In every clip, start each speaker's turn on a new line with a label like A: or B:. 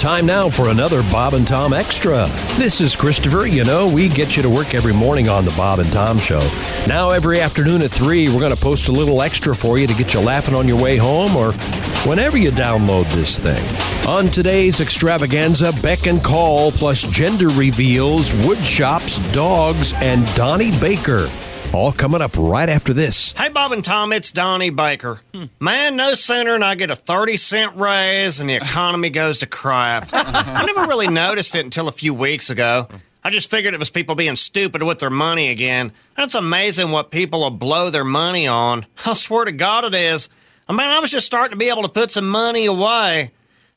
A: Time now for another Bob and Tom Extra. This is Christopher. You know, we get you to work every morning on the Bob and Tom Show. Now, every afternoon at 3, we're going to post a little extra for you to get you laughing on your way home or whenever you download this thing. On today's extravaganza, Beck and Call, plus gender reveals, wood shops, dogs, and Donnie Baker. All coming up right after this.
B: Hey, Bob and Tom, it's Donnie Baker. Man, no sooner than I get a 30 cent raise and the economy goes to crap. I never really noticed it until a few weeks ago. I just figured it was people being stupid with their money again. That's amazing what people will blow their money on. I swear to God, it is. I mean, I was just starting to be able to put some money away.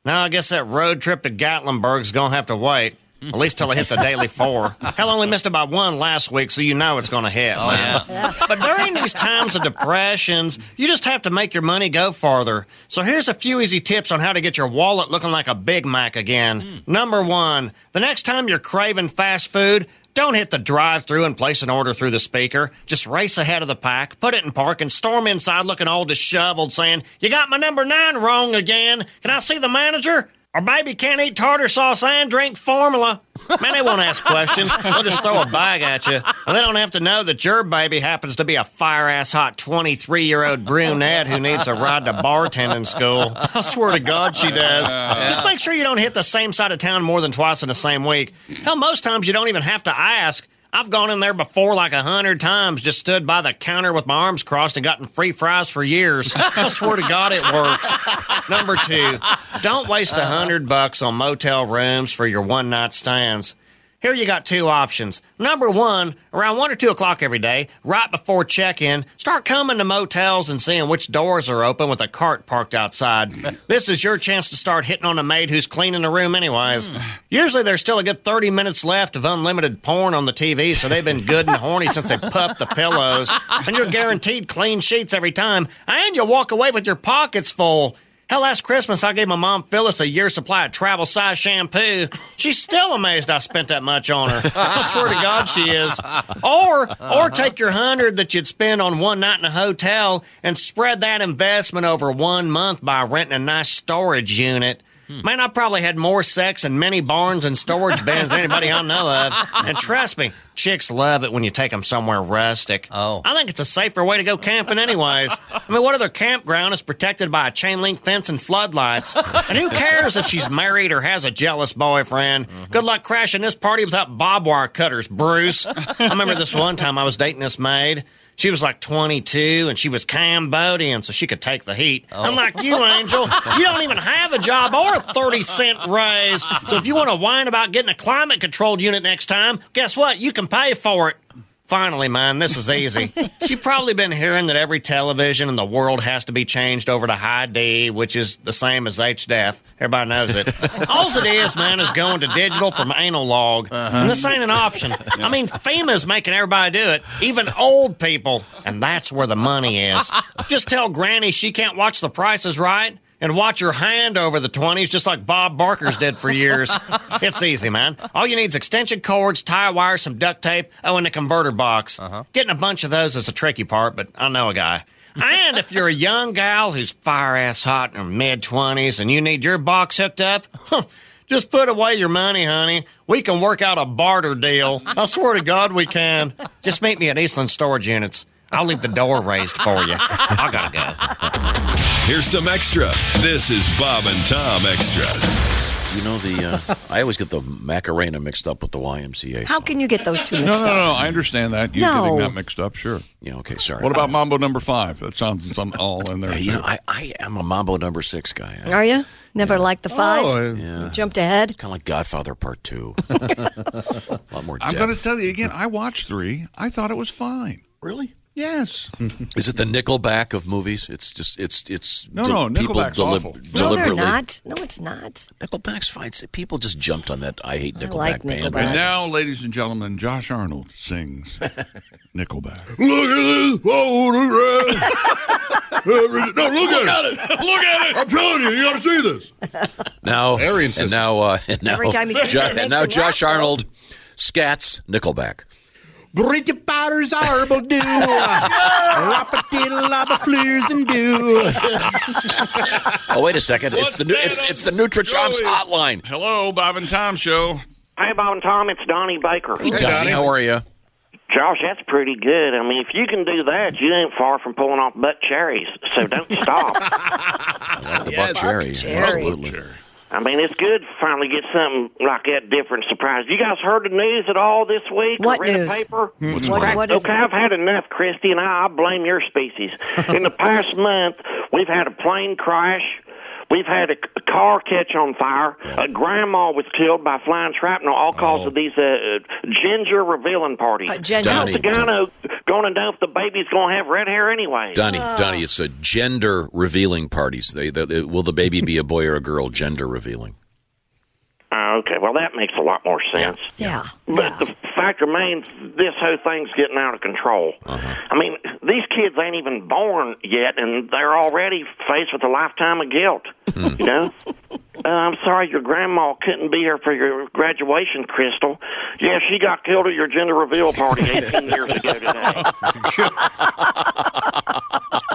B: Now, I guess that road trip to Gatlinburg's going to have to wait. At least till I hit the daily four. Hell, I only missed about one last week, so you know it's going to hit. man. But during these times of depressions, you just have to make your money go farther. So here's a few easy tips on how to get your wallet looking like a Big Mac again. Number one, the next time you're craving fast food, don't hit the drive through and place an order through the speaker. Just race ahead of the pack, put it in park, and storm inside looking all disheveled, saying, You got my number nine wrong again. Can I see the manager? Our baby can't eat tartar sauce and drink formula. Man, they won't ask questions. They'll just throw a bag at you. And they don't have to know that your baby happens to be a fire ass hot 23 year old brunette who needs a ride to bartending school. I swear to God, she does. Just make sure you don't hit the same side of town more than twice in the same week. Hell, most times you don't even have to ask. I've gone in there before like a hundred times, just stood by the counter with my arms crossed and gotten free fries for years. I swear to God, it works. Number two, don't waste a hundred bucks on motel rooms for your one night stands. Here you got two options. Number one, around one or two o'clock every day, right before check in, start coming to motels and seeing which doors are open with a cart parked outside. this is your chance to start hitting on a maid who's cleaning the room, anyways. Usually there's still a good 30 minutes left of unlimited porn on the TV, so they've been good and horny since they puffed the pillows. And you're guaranteed clean sheets every time, and you'll walk away with your pockets full. Hell, last Christmas I gave my mom Phyllis a year's supply of travel size shampoo. She's still amazed I spent that much on her. I swear to God she is. Or or take your hundred that you'd spend on one night in a hotel and spread that investment over one month by renting a nice storage unit. Hmm. Man, I probably had more sex in many barns and storage bins than anybody I know of. And trust me, chicks love it when you take them somewhere rustic.
C: Oh.
B: I think it's a safer way to go camping, anyways. I mean, what other campground is protected by a chain link fence and floodlights? And who cares if she's married or has a jealous boyfriend? Good luck crashing this party without barbed wire cutters, Bruce. I remember this one time I was dating this maid. She was like 22 and she was Cambodian, so she could take the heat. Unlike you, Angel, you don't even have a job or a 30 cent raise. So if you want to whine about getting a climate controlled unit next time, guess what? You can pay for it. Finally, man, this is easy. You've probably been hearing that every television in the world has to be changed over to high D, which is the same as HDF. Everybody knows it. All it is, man, is going to digital from analog. log. And this ain't an option. I mean, FEMA's making everybody do it, even old people. And that's where the money is. Just tell Granny she can't watch the prices right and watch your hand over the 20s just like Bob Barker's did for years. it's easy, man. All you need is extension cords, tie wire, some duct tape, oh, and a converter box. Getting a bunch of those is a tricky part, but I know a guy. and if you're a young gal who's fire ass hot in her mid 20s and you need your box hooked up, just put away your money, honey. We can work out a barter deal. I swear to God, we can. Just meet me at Eastland Storage Units. I'll leave the door raised for you. I gotta go.
D: Here's some extra. This is Bob and Tom Extra.
E: You know the uh, I always get the Macarena mixed up with the YMCA.
F: How can you get those two
G: No,
F: mixed
G: no, no,
F: up?
G: no. I understand that. You're
F: No.
G: getting that mixed up, sure.
E: Yeah, okay, sorry.
G: What about Mambo number five? That sounds it's on- all in there.
E: Yeah, you
G: too.
E: know, I, I am a Mambo number six guy. I,
F: Are you? Never liked the five?
C: Oh,
E: yeah,
F: Jumped ahead.
E: kind of like Godfather Part Two. a lot more.
G: I'm
E: depth.
G: going to tell you again. I watched three. I thought it was fine.
E: really.
G: Yes.
E: Is it the Nickelback of movies? It's just it's it's
G: No, no, Nickelback's
E: deli-
G: awful. No, they're
F: No, they're
E: deliberately-
F: not. No, it's not.
E: Nickelback's fine. See, People just jumped on that. I hate Nickelback
F: like
E: band.
F: Nickelback.
G: And now, ladies and gentlemen, Josh Arnold sings Nickelback.
E: Look at this photograph. no, look, at, it. Look at it. I'm telling you, you got to see this. Now,
H: Aryan
E: and
H: system.
E: now, uh, and now,
F: Every time he says
E: Jo-
F: it, it
E: and now
F: makes me
E: Josh
F: laugh.
E: Arnold scats Nickelback. Bridget Potter's horrible do. Lapa fleers and do.
C: Oh, wait a second.
G: What's
C: it's the new,
G: that
C: it's,
G: on
C: it's the NutriChops
G: Joey?
C: hotline.
G: Hello, Bob and Tom Show.
H: Hey, Bob and Tom, it's Donnie Baker.
C: Hey, Johnny, how are you?
H: Josh, that's pretty good. I mean, if you can do that, you ain't far from pulling off butt cherries. So don't stop.
C: The Buck Cherry.
F: Cherry.
C: Absolutely.
H: I mean, it's good to finally get something like that different surprise. You guys heard the news at all this week?
F: What
H: Read the
F: news?
H: paper?
C: What's
F: What-
C: wrong?
F: what is
H: okay,
F: it?
H: I've had enough, Christy, and I, I blame your species. In the past month, we've had a plane crash. We've had a c- a car catch on fire. A grandma was killed by flying shrapnel, all cause of these uh, uh, ginger revealing parties.
F: Uh, ginger.
C: Donnie,
H: How's the guy going to know if the baby's going to have red hair anyway?
C: Donnie, Donnie, it's a gender revealing parties. They, they, they- will the baby be a boy or a girl? Gender revealing.
H: Oh, okay, well, that makes a lot more sense.
F: Yeah.
H: But the fact remains, this whole thing's getting out of control.
F: Uh-huh.
H: I mean, these kids ain't even born yet, and they're already faced with a lifetime of guilt.
F: Hmm.
H: You know, uh, I'm sorry your grandma couldn't be here for your graduation, Crystal. Yeah, she got killed at your gender reveal party 18 years ago today.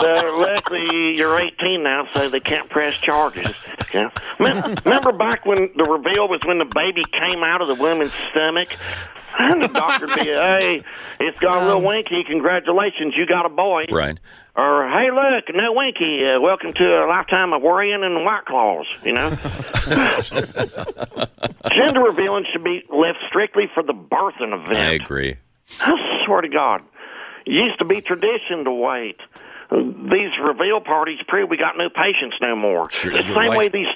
H: So luckily, you're 18 now, so they can't press charges. Yeah. Mem- Remember back when the reveal was when the baby came out of the woman's stomach? And the doctor be, hey, it's got a little winky. Congratulations, you got a boy.
C: Right.
H: Or, hey, look, no winky. Uh, welcome to a lifetime of worrying and white claws, you know? Gender revealing should be left strictly for the birthing event.
C: I agree.
H: I swear to God, it used to be tradition to wait. These reveal parties prove we got no patients no more.
C: Sure,
H: the
C: you're
H: same
C: right.
H: way these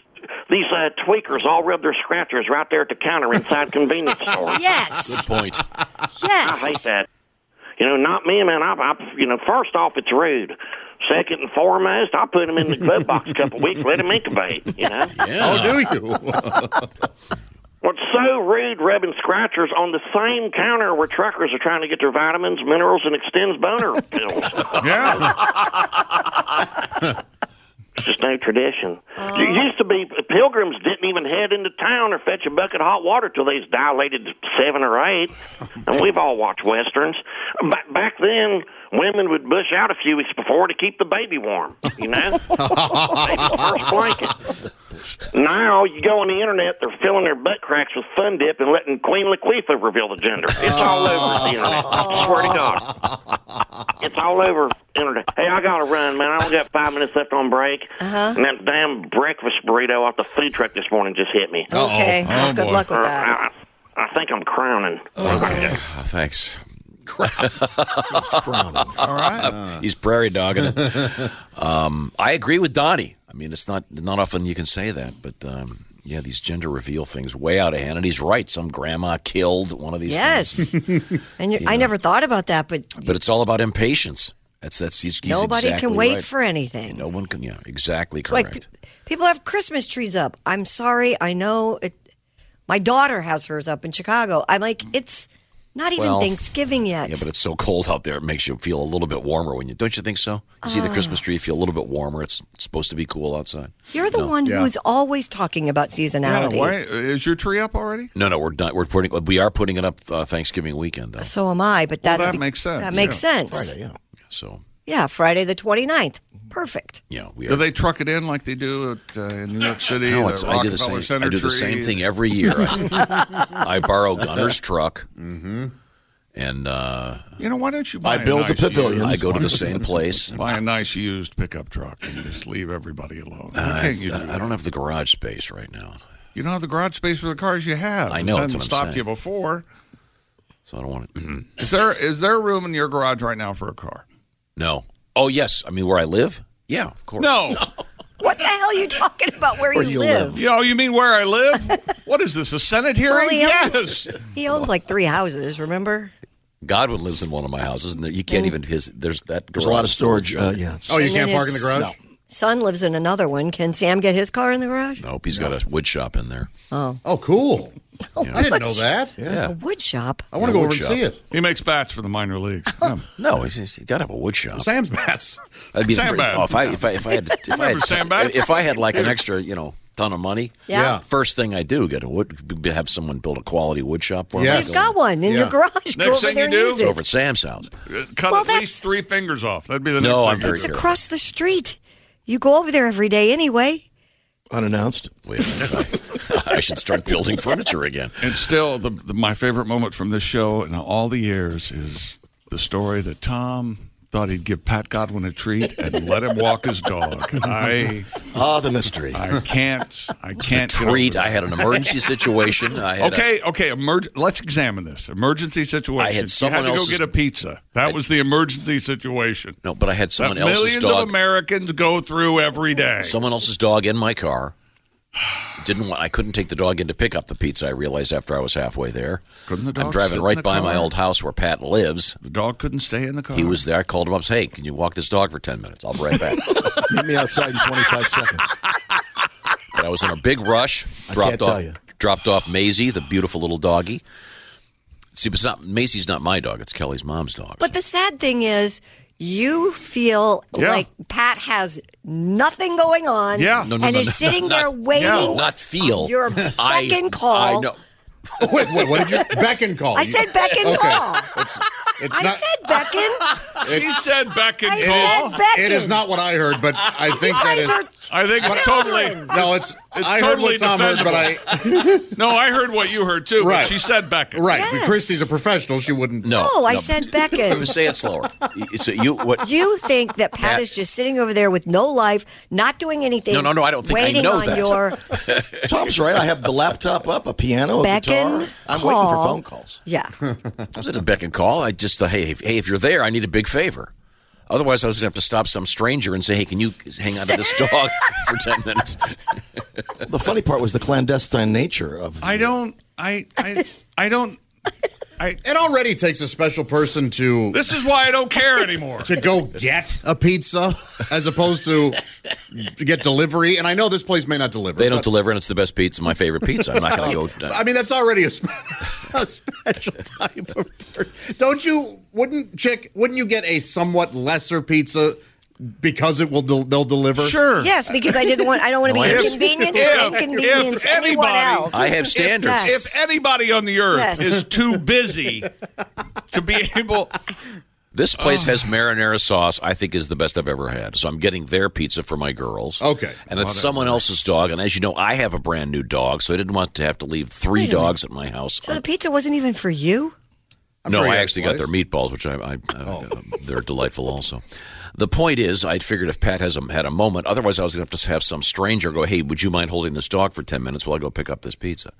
H: these uh, tweakers all rub their scratchers right there at the counter inside convenience stores.
F: Yes.
C: Point.
H: I hate
F: Yes.
H: that. You know, not me, man. I, I, you know, first off, it's rude. Second and foremost, I put him in the glove box a couple weeks, let him incubate. You know.
E: Oh, do you?
H: What's so rude rubbing scratchers on the same counter where truckers are trying to get their vitamins, minerals, and extends boner pills?
G: Yeah.
H: It's just no tradition. It used to be pilgrims didn't even head into town or fetch a bucket of hot water till they was dilated seven or eight. And we've all watched westerns. Ba- back then, women would bush out a few weeks before to keep the baby warm. You know, Take the first blanket. Now you go on the internet, they're filling their butt cracks with Fun Dip and letting Queen Latifah reveal the gender. It's all over the internet. I swear to God. It's all over internet. Hey, I gotta run, man. I only got five minutes left on break. Uh-huh. And that damn breakfast burrito off the food truck this morning just hit
F: Oh,
H: me.
F: Okay. Well, good
G: Oh, boy.
F: luck with that.
H: I, I think I'm crowning.
C: Ah, thanks.
G: All right.
C: He's prairie dogging it. um, I agree with Donnie. I mean, it's not not often you can say that, but um, yeah, these gender reveal things way out of hand. And he's right. Some grandma killed one of these. things.
F: Yes. and you I never thought about that, but
C: But it's all about impatience. That's that's he's, he's
F: nobody
C: exactly
F: can wait
C: right.
F: for anything.
C: No one can. Yeah, exactly
F: like
C: correct.
F: pe- people have Christmas trees up. I'm sorry, I know it. My daughter has hers up in Chicago. I'm like, it's not even
C: Well,
F: Thanksgiving yet.
C: yeah, but it's so cold out there. It makes you feel a little bit warmer when you don't you think so? You
F: Uh.
C: see the Christmas tree, you feel a little bit warmer. It's, it's supposed to be cool outside.
F: You're the one
G: Yeah.
F: who's always talking about
G: Yeah,
F: seasonality.
G: why, is your tree up already?
C: No, no, we're not. We're putting. We are putting it up uh, Thanksgiving weekend though.
F: so am I, but that's
G: that makes sense,
F: That
G: yeah.
F: makes sense. Friday, yeah.
C: So
F: Friday the 29th. Perfect.
C: yeah, we
G: Do
C: are.
G: they truck it in like they do at, uh, in New York City?
C: No,
G: the
C: it's, I do the same.
G: Rockefeller Center
C: I do the
G: tree?
C: same thing every year. I, I borrow Gunner's truck, mm-hmm. and uh,
G: You know, why don't you buy
I: I build
G: a
I: the
G: nice
I: pavilion.
G: used
C: I go to the
G: one?
C: same place.
G: Buy a nice used pickup truck and just leave everybody alone. Why
C: Uh,
G: can't you do
C: I don't have the garage space right now,
G: You don't have the garage space for the cars you have.
C: I know,
G: It
C: that's
G: hasn't
C: what I'm
G: stopped
C: saying.
G: you before.
C: so I don't want to.
G: Is there is there room in your garage right now for a car?
C: No. Oh yes, I mean where I live. Yeah, of course.
G: No.
F: What the hell are you talking about where, you, live?
G: Yo, you mean where I live? what is this? A Senate hearing?
F: Well, he
G: yes.
F: owns- He owns like three houses, remember?
C: Godwin lives in one of my houses, and there, you
G: Mm.
C: can't even his. There's that. Garage
I: There's a lot of storage. Uh, yeah. it's-
E: Oh, you
F: And then
E: can't park in the
F: his
E: garage?
F: Son lives in another one. Can Sam get his car in the garage?
C: Nope, he's got a wood shop in there.
E: Oh, cool. I didn't know that.
F: A wood shop.
E: I want to
C: Yeah,
E: go over and
C: woodshop.
E: see it.
G: He makes bats for the minor leagues. Yeah.
C: No, he's, he's got to have a wood shop.
E: Sam's Bass.
C: That'd be
G: Sandbag.
C: oh, if I if I if I had if I
G: Remember
C: had,
G: sandbag?
C: if I had like an extra you know ton of money.
F: Yeah.
E: Yeah.
C: First thing I do, get a wood, b- have someone build a quality wood shop for me.
E: Yes.
F: You've got one in your
E: Yeah.
F: garage. Go over
G: Next thing
F: there
G: you
F: and
G: do,
F: use
C: It's over at
F: it.
C: Sam's house.
G: Cut
F: Well,
G: at
F: that's-
G: least three fingers off. That'd be the
C: No, I'm
G: next thing.
C: very
F: It's
C: careful.
F: across the street. You go over there every day anyway.
E: Unannounced.
C: Wait, I should start building furniture again.
G: And still, the, the, my favorite moment from this show in all the years is the story that Tom thought he'd give Pat Godwin a treat and let him walk his dog. I
E: Ah, the mystery.
G: I can't I can't get over
C: Treat.
G: that.
C: I had an emergency situation. I had a-
G: Okay, okay. Emerg- let's examine this emergency situation.
C: someone
G: you had to go
C: else's-
G: get a pizza. That was the emergency situation
C: no, but I had
G: that
C: someone else's
G: millions
C: dog.
G: of Americans go through every day.
C: someone else's dog in my car. Didn't want. I couldn't take the dog in to pick up the pizza. I realized after I was halfway there.
G: Couldn't the
C: I'm
G: dog sit
C: driving
G: in
C: right
G: the
C: by my
G: car?
C: old house where Pat lives.
G: the dog couldn't stay in the car.
C: He was there. I called him up. Said, "Hey, can you walk this dog for ten minutes? I'll be right back."
E: Meet me outside in 25 seconds.
C: but I was in a big rush.
E: I
C: Dropped
E: can't
C: off.
E: tell you.
C: Dropped off Maisie, the beautiful little doggy. See, but it's not Maisie's. Not my dog. It's Kelly's mom's dog.
F: But the sad thing is, you feel
G: Yeah.
F: like Pat has nothing going on.
G: Yeah.
C: No, no,
F: and
C: no,
F: is
C: no,
F: sitting
C: not-
F: there waiting.
G: no,
C: not feel.
F: Your
C: I-
F: beck and call.
C: I know.
E: wait, wait, what did you? Beck and call.
F: I said beck and
E: Okay.
F: call.
E: It's, it's
F: I
E: not,
F: said beck and.
G: She said back and
F: I
G: call.
F: said beck
E: It is not what I heard, but I think that
F: Guys
E: is.
F: are
G: I think
E: But-
G: totally.
E: No, it's.
G: It's
E: I
G: totally
E: heard what Tom heard, but I.
G: No, I heard what you heard too.
E: Right.
G: But she said back.
E: Right.
F: Yes.
E: Christy's a professional. She wouldn't.
C: No.
F: Oh, I
C: no.
F: said beckon.
C: Say it slower. You- So you what?
F: You think that Pat
C: Pat-
F: is just sitting over there with no life, not doing anything.
C: No, no, no, I don't think I
F: waiting
C: know
F: on
C: that.
F: your
I: Tom's right. I have the laptop up, a piano, a
F: Beck
I: guitar.
F: and
I: I'm waiting for
F: call.
I: phone calls.
F: yeah.
C: I was at a beck and call. I just thought, hey, if, hey, if you're there, I need a big favor. Otherwise, I was going to have to stop some stranger and say, hey, can you hang on to this dog for 10 minutes?
I: The funny part was the clandestine nature of. The,
G: I don't. I. I. I don't. I.
E: It already takes a special person to
G: This is why I don't care anymore.
E: to go get a pizza as opposed to to get delivery. And I know this place may not deliver.
C: They don't
E: but-
C: deliver, and it's the best pizza, my favorite pizza. I'm not going to go.
E: I mean, that's already a, spe- a special type of. person. Don't you? Wouldn't chick? Wouldn't you get a somewhat lesser pizza because it will del they'll deliver?
G: Sure.
F: Yes, because I didn't want. I don't want to
C: Well,
F: be
C: if-
F: inconvenienced.
G: if-
F: or inconvenience
G: if
F: anyone
G: anybody-
F: else.
C: I have standards.
F: Yes.
G: If anybody on the earth
F: Yes.
G: is too busy to be able,
C: This place
E: Oh.
C: has marinara sauce. I think is the best I've ever had. So I'm getting their pizza for my girls.
E: Okay.
C: and it's someone else's dog. And as you know, I have a brand new dog, so I didn't want to have to leave three dogs at my house.
F: so the pizza wasn't even for you.
C: no,
E: sure you
C: I
E: had
C: actually got their meatballs, which I, I, I
E: Oh.
C: they're delightful also. The point is, I figured if Pat has a, had a moment, otherwise I was going to have to have some stranger go, "Hey, would you mind holding this dog for ten minutes while I go pick up this pizza?"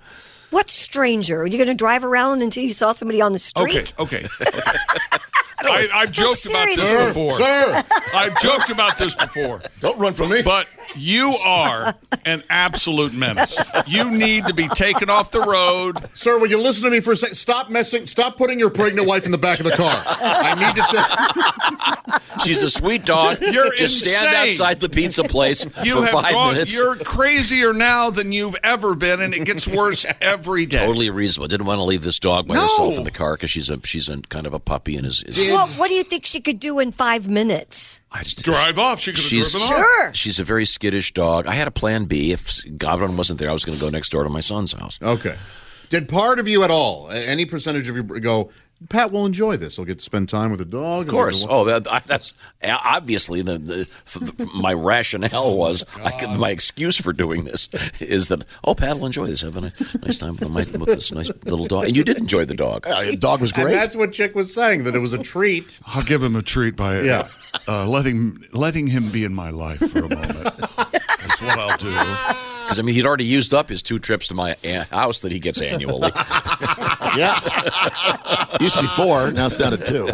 F: What stranger? Are you going to drive around until you saw somebody on the street?
G: okay, okay. I, I've joked about
F: seriously.
G: this before.
E: Sir,
G: I've joked about this before.
I: Don't run from me.
G: But you are an absolute menace. You need to be taken off the road.
E: sir, will you listen to me for a second? Stop messing. Stop putting your pregnant wife in the back of the car. I need to check.
C: She's a sweet dog.
G: You're
C: just stand
G: insane.
C: outside the pizza place
G: You
C: for
G: have
C: five
G: gone.
C: minutes.
G: You're crazier now than you've ever been, and it gets worse every day.
C: Totally reasonable. Didn't want to leave this dog by
G: No.
C: herself in the car because she's a she's a kind of a puppy and is, is
F: Well, what do you think she could do in five minutes?
C: I just,
G: Drive off. She could have
C: She's
G: driven off.
F: Sure.
C: She's a very skittish dog. I had a plan B. If Goblin wasn't there, I was going to go next door to my son's house.
G: Oh,
E: Okay. Did part of you at all, a- any percentage of you, go? Pat will enjoy this. He'll get to spend time with the dog.
C: Of course. Oh, that, I- that's obviously the, the, my rationale was I could, my excuse for doing this is that oh, Pat will enjoy this, having a nice time with, my, with this nice little dog, and you did enjoy the dog.
I: The dog was
E: And
I: great.
E: that's what Chick was saying, that it was a treat.
G: I'll give him a treat by
E: Yeah.
G: uh, letting letting him be in my life for a moment. That's what I'll do.
C: Because I mean, he'd already used up his two trips to my a- house that he gets annually.
I: Used to be four. Now it's down to two.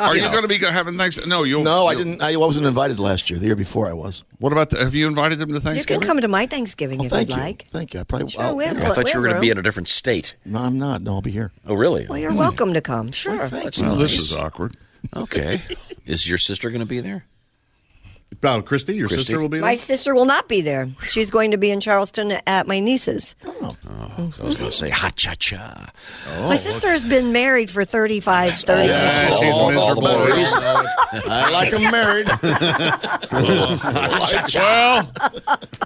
G: Are you going to be having thanks? No,
C: Oh,
G: you'll.
I: No, I
G: you'll-
I: didn't. I wasn't invited last year. The year before, I was.
G: What about? The, have you invited him to
F: You can
G: Thanksgiving?
F: come to my Thanksgiving if
I: Thank
F: you'd
I: you.
F: like.
I: Thank you. I probably.
F: Sure
I: I'll-
F: will.
C: I thought you were going to be
F: We're-
C: in a different state.
I: No, I'm not. No, I'll be here.
C: Oh, really?
F: Well, you're welcome to come. Sure.
I: Thanks.
C: That's nice.
G: This is awkward.
C: Okay. Is your sister going to be there?
E: Oh, Christy, your
C: Christy?
E: sister will be there.
F: My sister will not be there. She's going to be in Charleston at my niece's.
C: I was going to say ha cha cha.
F: my sister has been married for 35, 36
E: Yeah, she's
C: All- all the
E: miserable.
C: boys.
I: I like him married.
G: Well,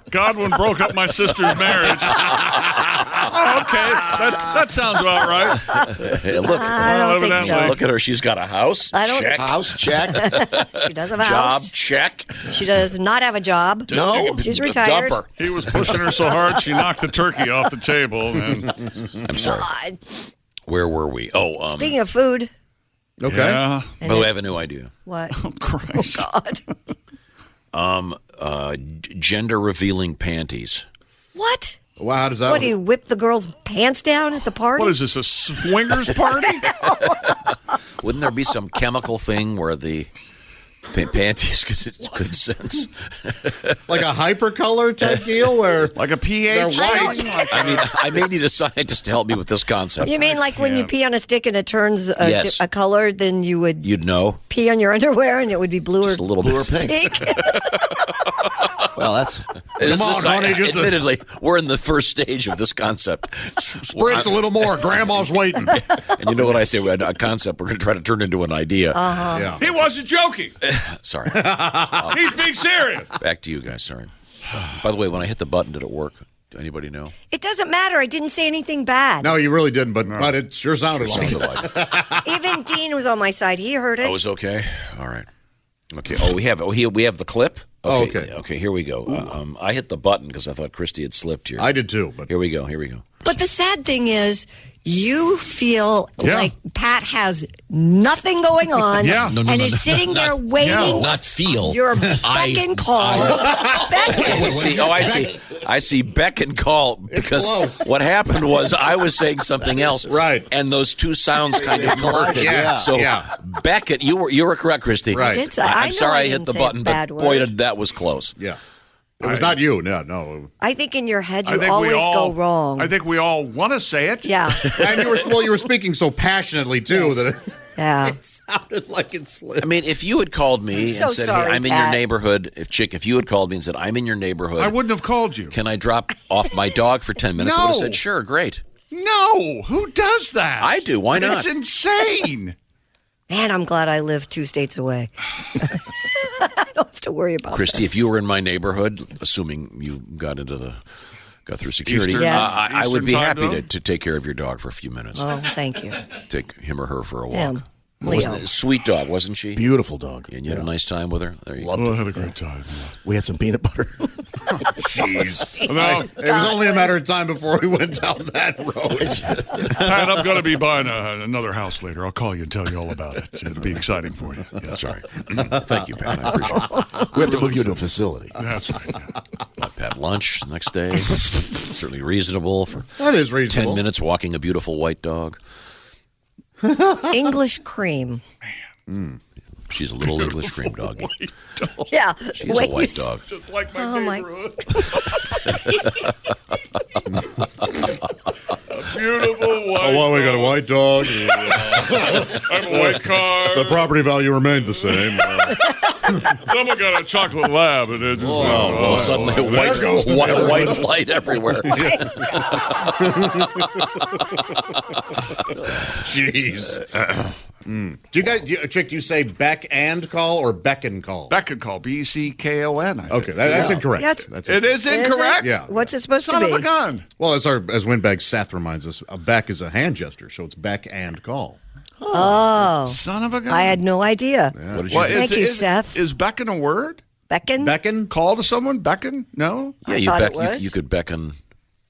G: Godwin broke up my sister's marriage. Oh, okay, that, that sounds about right.
C: Hey, look,
F: I don't think so.
C: look at her. She's got a house.
F: I don't-
C: check.
I: House check.
F: She does have a
C: Job
F: house.
C: check.
F: She does not have a job.
I: No?
F: She's
C: A
F: retired.
C: Dumper.
G: He was pushing her so hard she knocked the turkey off the table. And,
C: I'm sorry.
F: God.
C: Where were we? Oh, um,
F: Speaking of food,
E: Okay.
G: yeah. Oh,
C: oh, I have a new idea.
F: what?
G: Christ.
F: Oh, God.
C: Uh, gender revealing panties.
F: What?
E: Wow, how does that?
F: What do you whip the girls' pants down at the party?
G: What is this, a swingers party?
C: Wouldn't there be some chemical thing where the pa- panties could, could sense?
E: like a hypercolor type deal where
G: Like a
E: they're
G: pH?
E: white?
C: I mean, I may need a scientist to help me with this concept.
F: you mean like when you
G: can't.
F: pee on a stick and it turns a,
C: Yes.
F: di- a color, then you would
C: You'd know
F: pee on your underwear and it would be blue
C: just a
F: or
C: little
I: Blue or
C: bit.
I: pink?
F: pink?
I: Well, that's
C: This
E: Come
C: is-
E: on, honey,
C: I-
E: just a-
C: admittedly, we're in the first stage of this concept.
E: Spritz a little more. Grandma's waiting.
C: And you know what I say? A a concept we're going to try to turn into an idea.
E: yeah.
G: He wasn't joking.
C: Sorry.
G: He's being serious.
C: Back to you guys. Sorry. By the way, when I hit the button, did it work? Do anybody know?
F: It doesn't matter. I didn't say anything bad.
E: No, you really didn't, but but it sure sounded like
C: Sounded
E: it.
C: like it.
F: Even Dean was on my side. He heard it.
C: Oh, it's okay. All right. Okay. Oh, we have. Oh, he, we have the clip.
E: Oh, okay.
C: Okay. Here we go. Uh, um, I hit the button because I thought Christy had slipped here.
E: I did too, but
C: Here we go. Here we go.
F: But the sad thing is, you feel
E: Yeah.
F: like Pat has nothing going on
G: Yeah.
F: and is sitting there waiting
G: no,
F: not feel. your fucking call. That
C: I
F: is-
C: see, oh, I see. I see beck and call because
E: close.
C: what happened was I was saying something else,
E: Right.
C: And those two sounds kind of merged.
E: Yeah,
C: So
E: yeah.
C: Beckett, you were you were correct, Christy.
E: Right. I
F: did say-
C: I-
F: I
C: I'm
F: know
C: sorry
F: I
C: I hit
F: didn't
C: the
F: say a
C: button, but
F: bad
C: boy,
F: word.
C: did that was close.
E: yeah, it was not you. No, no.
F: I think in your head
G: I
F: you
G: think
F: always
G: we all,
F: go wrong.
G: I think we all want to say it.
F: yeah,
E: And you were well, you were speaking so passionately too that it
F: yeah.
E: sounded like it
C: I
E: slipped.
C: mean, if you had called me and
F: so
C: said,
F: sorry,
C: "Hey, I'm in your
F: Pat."
C: neighborhood," if Chick, if you had called me and said, "I'm in your neighborhood,"
G: I wouldn't have called you.
C: Can I drop off my dog for ten minutes? I would have
G: No.
C: said, "Sure, great."
G: No, who does that?
C: I do. Why not?
G: It's insane.
F: Man, I'm glad I live two states away. I don't have to worry about
C: Christy,
F: this.
C: if you were in my neighborhood, assuming you got into the got through security,
G: Eastern-
F: Yes.
C: uh, I, I would
G: Eastern
C: be
G: time
C: happy to,
G: zone?
C: to take care of your dog for a few minutes.
F: Oh, thank you.
C: Take him or her for a walk.
F: Him.
C: Wasn't
F: Leo.
C: it a sweet dog, wasn't she?
I: beautiful dog.
C: And you had a nice time with her. There you go.
I: Loved
G: I
I: it.
G: had a great time.
I: We had some peanut butter.
E: Jeez,
G: No,
E: it was only a matter of time before we went down that road.
G: Pat, I'm going to be buying a, another house later. I'll call you and tell you all about it. It'll be exciting for you. Yeah,
C: Sorry. Thank you, Pat. I appreciate it.
I: we have to move you to a facility.
G: that's right. yeah.
C: I've had lunch the next day. Certainly reasonable for
E: That is reasonable.
C: ten minutes walking a beautiful white dog.
F: English cream.
C: She's a little English cream doggy.
F: Yeah.
C: She's a
F: Wait,
C: white
F: you s-
C: dog.
G: Just like my
F: Oh, my-
G: neighborhood. a beautiful white.
E: Oh, well, we got a white dog.
G: I have a white car.
E: the property value remained the same. Uh,
G: Someone got a chocolate lab. And it just,
C: All of a sudden, a white, white, white flight everywhere.
E: Jeez. Mm. Do you guys, do you, Chick, do you say beck and call or beckon call?
G: That could call B E C K O N. I think.
E: Okay, that, that's incorrect.
F: That's-
E: that's
G: It is
F: Is it?
G: incorrect.
E: Yeah.
F: What's it supposed
G: Son
F: to
G: of
F: be?
G: a gun.
E: Well, as our as Windbag Seth reminds us, a beck is a hand gesture, so it's beck and call.
G: Son of a gun.
F: Oh. I had no idea.
C: What did you
G: Well,
C: think?
F: Thank you,
G: is,
F: Seth.
G: Is beckon a word?
F: Beckon?
E: Beckon.
G: Call to someone? Beckon? No.
C: Yeah,
F: I
C: you,
F: thought
C: beck,
F: it
C: you,
F: was.
C: you could beckon.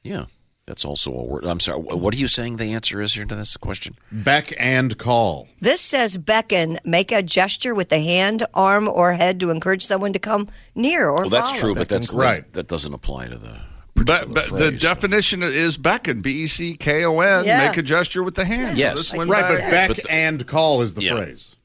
C: Yeah, that's also a word. I'm sorry. wh- What are you saying the answer is here? That's the question.
E: Beck and call.
F: This says beckon, make a gesture with the hand, arm, or head to encourage someone to come near or
C: Well, that's
F: follow.
C: true, but that's,
E: Right.
C: that's- that doesn't apply to the.
G: Be-
C: particular
G: be- the
C: phrase.
G: definition is beckon. B E C K O N.
F: Yeah.
G: Make a gesture with the hand.
C: Yes.
G: This one's
E: Right, but
G: back-
E: beck and call is the
C: Yeah.
E: phrase.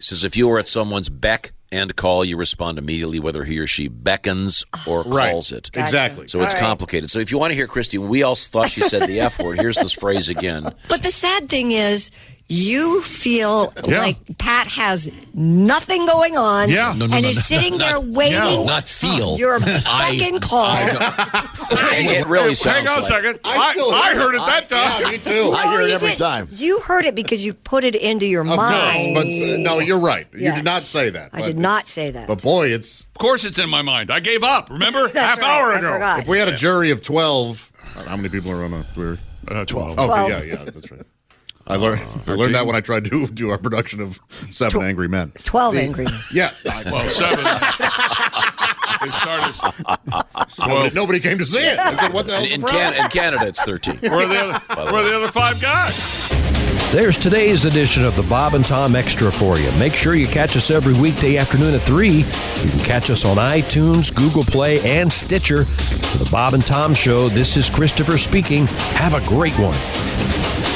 C: It says if you are at someone's beck and call, you respond immediately whether he or she beckons or
E: Right.
C: calls it.
E: Exactly.
C: So it's complicated. So if you want to hear Christy, we all thought she said the F word. Here's this phrase again.
F: But the sad thing is, You feel
E: Yeah.
F: like Pat has nothing going on
E: Yeah. No,
F: and is sitting there waiting.
C: not feel.
F: You're a
C: I-
F: fucking call.
C: it really sounds
G: Hang on a
C: like-
G: second. I,
E: still
G: I heard it that
E: I-
G: time.
E: Yeah, Oh, me too.
I: I hear
F: No,
I: it
F: you
I: every
F: didn't.
I: time.
F: You heard it because you put it into your
E: Of
F: mind.
E: course, but uh, no, you're right. You
F: Yes.
E: did not say that.
F: I
E: but
F: did not
E: it's-
F: say that.
E: But boy, it's
G: Of course, it's in my mind. I gave up. Remember,
F: That's
G: half
F: right.
G: hour
F: I
G: ago.
F: forgot.
E: if we had a jury of twelve. How many people are on a jury?
G: Uh, Twelve.
E: Oh,
F: Twelve.
E: yeah, yeah, that's right. I learned I learned that when I tried to do our production of Seven Angry Men.
F: 12 angry. men.
E: Yeah,
G: Well, seven. It started. Well,
E: nobody came to see it. I said, "What the hell?"
C: In, in, Can- in Canada, it's 13.
G: where are the other, where are the other five guys?
A: There's today's edition of the Bob and Tom Extra for you. Make sure you catch us every weekday afternoon at 3. You can catch us on iTunes, Google Play, and Stitcher. For the Bob and Tom Show, this is Christopher speaking. Have a great one.